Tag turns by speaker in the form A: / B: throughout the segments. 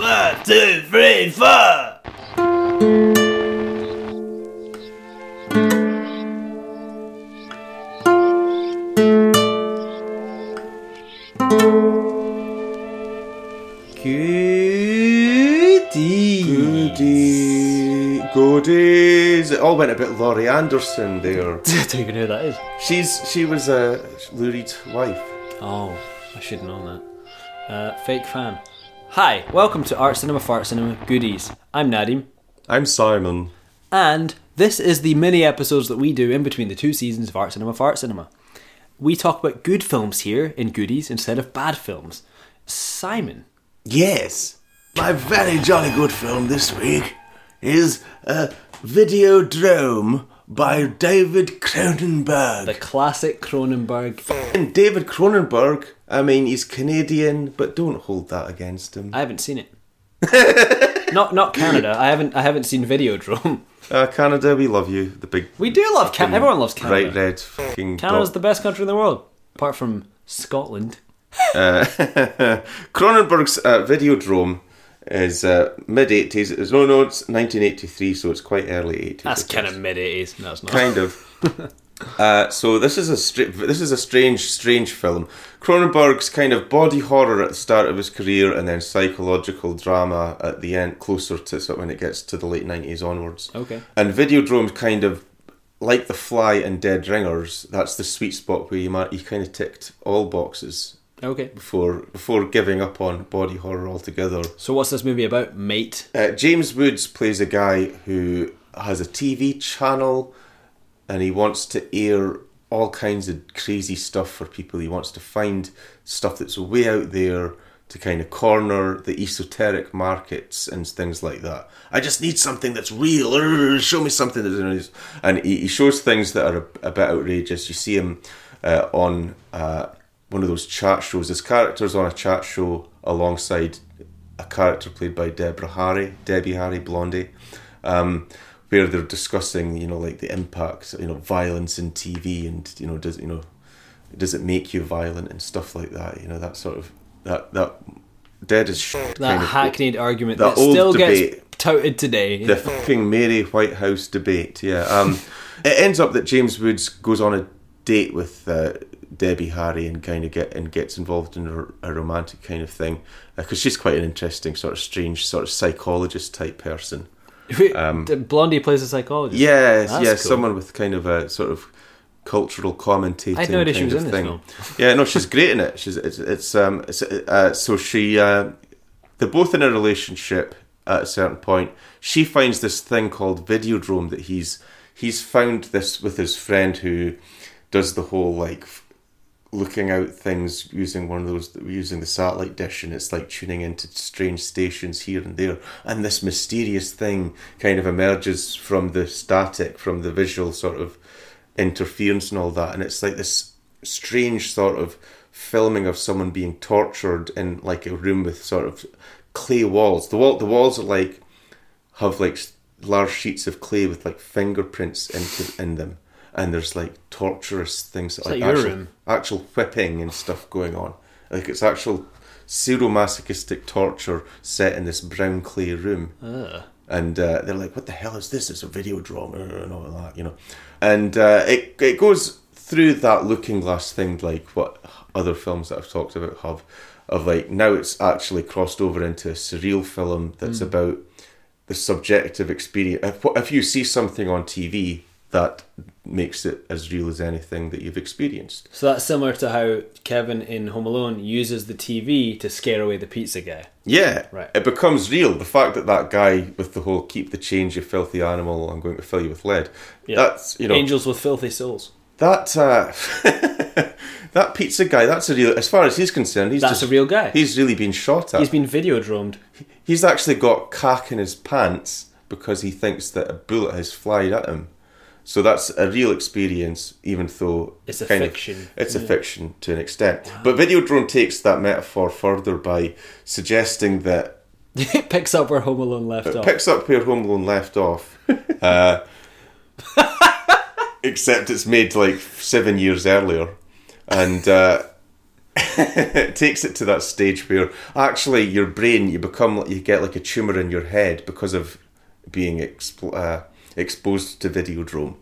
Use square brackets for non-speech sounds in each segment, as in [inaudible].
A: One, two, three, four. Goody.
B: Goody, goodies. It all went a bit Laurie Anderson there.
A: [laughs] I don't even know who that is.
B: She's she was uh, Lou Reed's wife.
A: Oh, I should know that. Uh, fake fan. Hi, welcome to Art Cinema Fart Cinema Goodies. I'm Nadim,
B: I'm Simon.
A: and this is the mini episodes that we do in between the two seasons of Art Cinema Fart Cinema. We talk about good films here in Goodies instead of bad films. Simon,
C: Yes, my very jolly good film this week is uh, Videodrome by David Cronenberg.
A: the classic Cronenberg.
B: And David Cronenberg. I mean, he's Canadian, but don't hold that against him.
A: I haven't seen it.
B: [laughs]
A: not not Canada. I haven't I haven't seen Videodrome.
B: Uh, Canada, we love you. The big
A: We do love Canada. Everyone loves Canada.
B: bright red fucking.
A: Canada's
B: dot.
A: the best country in the world, apart from Scotland.
B: [laughs] Cronenberg's uh, Videodrome is uh, mid eighties. No, no, it's nineteen eighty three, so it's quite early eighties.
A: That's kind of mid 80s. No, it's not.
B: [laughs] kind of. Uh, so this is a str- this is a strange, strange film. Cronenberg's kind of body horror at the start of his career, and then psychological drama at the end, closer to sort of when it gets to the late nineties onwards.
A: Okay.
B: And Videodrome's kind of like The Fly and Dead Ringers. That's the sweet spot where you might you kind of ticked all boxes
A: Okay.
B: before before giving up on body horror altogether.
A: So what's this movie about, mate?
B: Uh, James Woods plays a guy who has a TV channel and he wants to air all kinds of crazy stuff for people. He wants to find stuff that's way out there to kind of corner the esoteric markets and things like that. I just need something that's real. Urgh, Show me something that's real. And he, he shows things that are a, a bit outrageous. You see him uh, on uh, one of those chat shows. His character's on a chat show alongside a character played by Deborah Harry, Debbie Harry Blondie, um, where they're discussing, you know, like the impact, you know, violence in TV, and you know, does you know, does it make you violent and stuff like that? You know, that sort of that that dead as shit
A: That
B: kind of-
A: hackneyed argument
B: that
A: that, still
B: old
A: gets
B: debate.
A: touted today.
B: the fucking Mary White House debate. Yeah. Um, [laughs] it ends up that James Woods goes on a date with uh, Debbie Harry and kind of get and gets involved in a, a romantic kind of thing because she's quite an interesting sort of strange sort of psychologist type person.
A: Wait,
B: Um,
A: d- Blondie plays a psychologist.
B: Yes,
A: That's
B: yes,
A: cool.
B: someone with kind of a sort of cultural commentating.
A: I had no idea she
B: kind
A: was
B: of
A: in this
B: thing.
A: film.
B: Yeah, no, she's great in it. She's it's, it's um it's, uh, so she uh, they're both in a relationship at a certain point. She finds this thing called Videodrome that he's he's found this with his friend who does the whole like f- looking out things using one of those using the satellite dish and it's like tuning into strange stations here and there and this mysterious thing kind of emerges from the static from the visual sort of interference and all that and it's like this strange sort of filming of someone being tortured in like a room with sort of clay walls the wall the walls are like have like s- large sheets of clay with like fingerprints into, in them, and there's like torturous things like
A: that your
B: actual,
A: room?
B: um, actual whipping and stuff going on. Like it's actual pseudo-masochistic torture set in this brown clay room. And uh, they're like, "What the hell is this? It's a video drama and all that, you know." And uh, it it goes through that looking glass thing, like what other films that I've talked about have, of like now it's actually crossed over into a surreal film that's about the subjective experience. If, if you see something on TV, that makes it as real as anything that you've experienced.
A: So that's similar to how Kevin in Home Alone uses the TV to scare away the pizza guy.
B: Yeah,
A: Right.
B: It becomes real. The fact that that guy with the whole "keep the change, you filthy animal," I'm going to fill you with lead. That's you know
A: Angels with filthy souls.
B: that uh, [laughs] that pizza guy. That's a real. As far as he's concerned, he's
A: That's
B: just,
A: a real guy.
B: He's really been shot at.
A: He's been videodromed. [laughs]
B: He's actually got cack in his pants because he thinks that a bullet has flied at him. So that's a real experience, even though
A: It's a
B: kind of-
A: fiction.
B: it's a fiction to an extent. But Videodrome takes that metaphor further by suggesting that
A: it picks up where Home Alone left off.
B: picks up where Home Alone left off. Uh, except it's made like seven years earlier, and uh, [laughs] it takes it to that stage where actually your brain you become you get like a tumor in your head because of being expo- uh, exposed to videodrome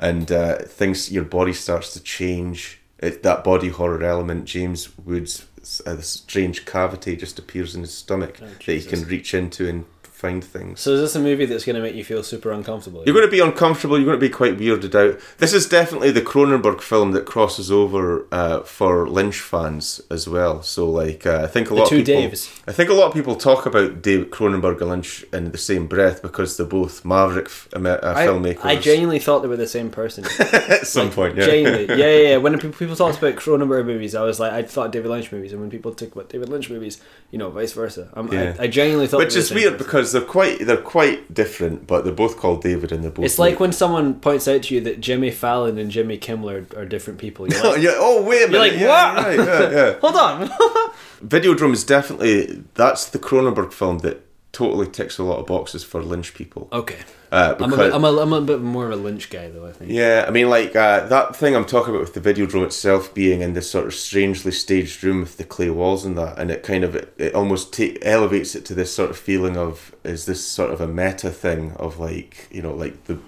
B: and uh, things your body starts to change it, that body horror element james woods uh, this strange cavity just appears in his stomach that he can reach into and find things
A: So is this a movie that's going to make you feel super uncomfortable?
B: you're going to be uncomfortable. You're going to be quite weirded out. This is definitely the Cronenberg film that crosses over uh, for Lynch fans as well. So, like, uh, I think a lot
A: two
B: of people,
A: Daves.
B: I think a lot of people talk about David Cronenberg and Lynch in the same breath because they're both maverick f- ama- uh, filmmakers.
A: I genuinely thought they were the same person.
B: [laughs] at some point, yeah.
A: genuinely, yeah, yeah, yeah. When pe- people talked about Cronenberg movies, I was like, I thought David Lynch movies, and when people talk about David Lynch movies, you know, vice versa. i
B: Yeah.
A: I, I genuinely thought, they
B: [laughs] Which
A: were
B: is
A: the same
B: weird
A: person.
B: because they're quite they're quite different, but they're both called David and they're both.
A: It's like when someone points out to you that Jimmy Fallon and Jimmy Kimmel are, are different people. You're
B: [laughs] Oh, [laughs]
A: like,
B: yeah, oh wait a minute!
A: like,
B: yeah,
A: "What?"
B: right,
A: [laughs]
B: yeah, yeah.
A: hold on.
B: Videodrome is definitely that's the Cronenberg film that totally ticks a lot of boxes for Lynch people.
A: okay,
B: Uh,
A: I'm a,
B: because-
A: bit, I'm, a, I'm a bit more of a Lynch guy though. I think.
B: yeah, I mean, like uh, that thing I'm talking about with the Videodrome itself being in this sort of strangely staged room with the clay walls and that, and it kind of it, it almost ta- elevates it to this sort of feeling of is this sort of a meta thing of like you know like the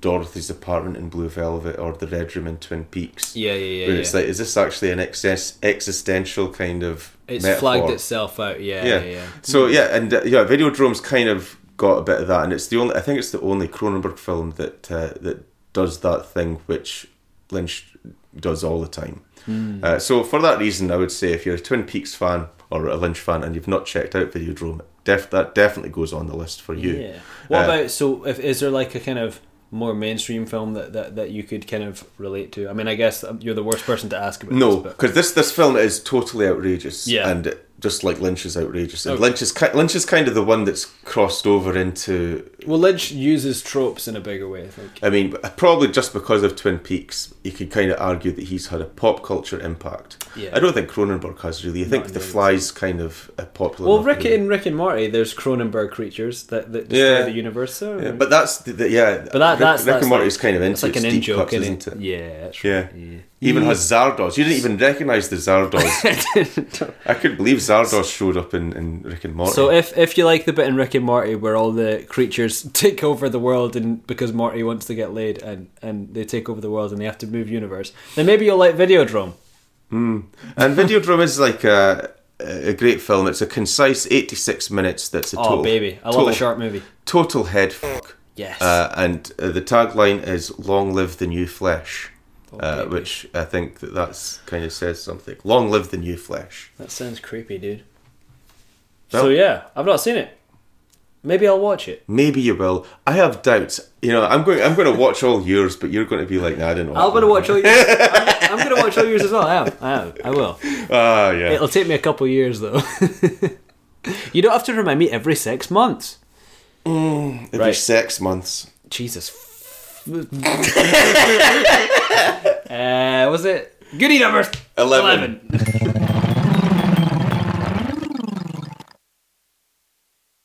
B: Dorothy's apartment in Blue Velvet or the Red Room in Twin Peaks.
A: Yeah, yeah, yeah.
B: Where
A: yeah.
B: it's like, is this actually an excess existential kind of?
A: It's
B: metaphor?
A: flagged itself out. Yeah, yeah,
B: yeah.
A: yeah.
B: So yeah, and uh, yeah, Videodrome's kind of got a bit of that, and it's the only. I think it's the only Cronenberg film that uh, that does that thing which Lynch does all the time.
A: Hmm.
B: Uh, so for that reason, I would say if you're a Twin Peaks fan or a Lynch fan and you've not checked out Videodrome, def- that definitely goes on the list for you.
A: Yeah. What
B: Uh,
A: about so? If is there like a kind of more mainstream film that, that, that you could kind of relate to? I mean, I guess um, you're the worst person to ask about.
B: No,
A: this, but
B: because this this film is totally outrageous.
A: Yeah.
B: and just like Lynch is outrageous, and
A: Okay.
B: Lynch is ki- Lynch is kind of the one that's crossed over into
A: well, Lynch uses tropes in a bigger way. I think.
B: I mean, probably just because of Twin Peaks, you could kind of argue that he's had a pop culture impact.
A: Yeah.
B: I don't think Cronenberg has really. I think The
A: really.
B: Fly's kind of a popular.
A: Well,
B: enough
A: Rick
B: movie.
A: in Rick and Morty, there's Cronenberg creatures that, that destroy
B: Yeah.
A: the universe. So,
B: Yeah, but that's the, the- yeah.
A: But that-
B: Rick,
A: that's-
B: Rick
A: that's
B: and Morty's kind of into
A: it's like
B: it.
A: an
B: Steve
A: in joke,
B: Cox is into it.
A: Yeah, that's right.
B: Yeah. Even has Zardos. You didn't even recognise
A: [laughs]
B: the Zardos. I couldn't believe Zardos showed up in, in Rick and Morty.
A: So if if you like the bit in Rick and Morty where all the creatures [laughs] take over the world and because Morty wants to get laid and and they take over the world and they have to move universe, then maybe you'll like Videodrome.
B: and Videodrome is like a, a great film. It's a concise 86 minutes that's a
A: Oh
B: total.
A: baby, I love
B: total-
A: a sharp movie.
B: Total head fuck.
A: Yes.
B: Uh, and uh, the tagline is "Long live the new flesh," uh,
A: baby.
B: which I think that that's kind of says something. Long live the new flesh.
A: that sounds creepy, dude.
B: Well-
A: so yeah, I've not seen it. Maybe I'll watch it.
B: Maybe you will. I have doubts. You know, I'm going. I'm going to watch all yours, but you're going to be like, "Nah, I didn't."
A: I'm gonna watch all
B: [laughs]
A: yours. I'm, I'm gonna watch all yours as well. I am. I am. I will.
B: Ah, yeah.
A: It'll take me a couple years though. [laughs] you don't have to remind me every six months.
B: Every
A: right.
B: six months.
A: Jesus. [laughs] f- uh, was it Goody numbers
B: Eleven.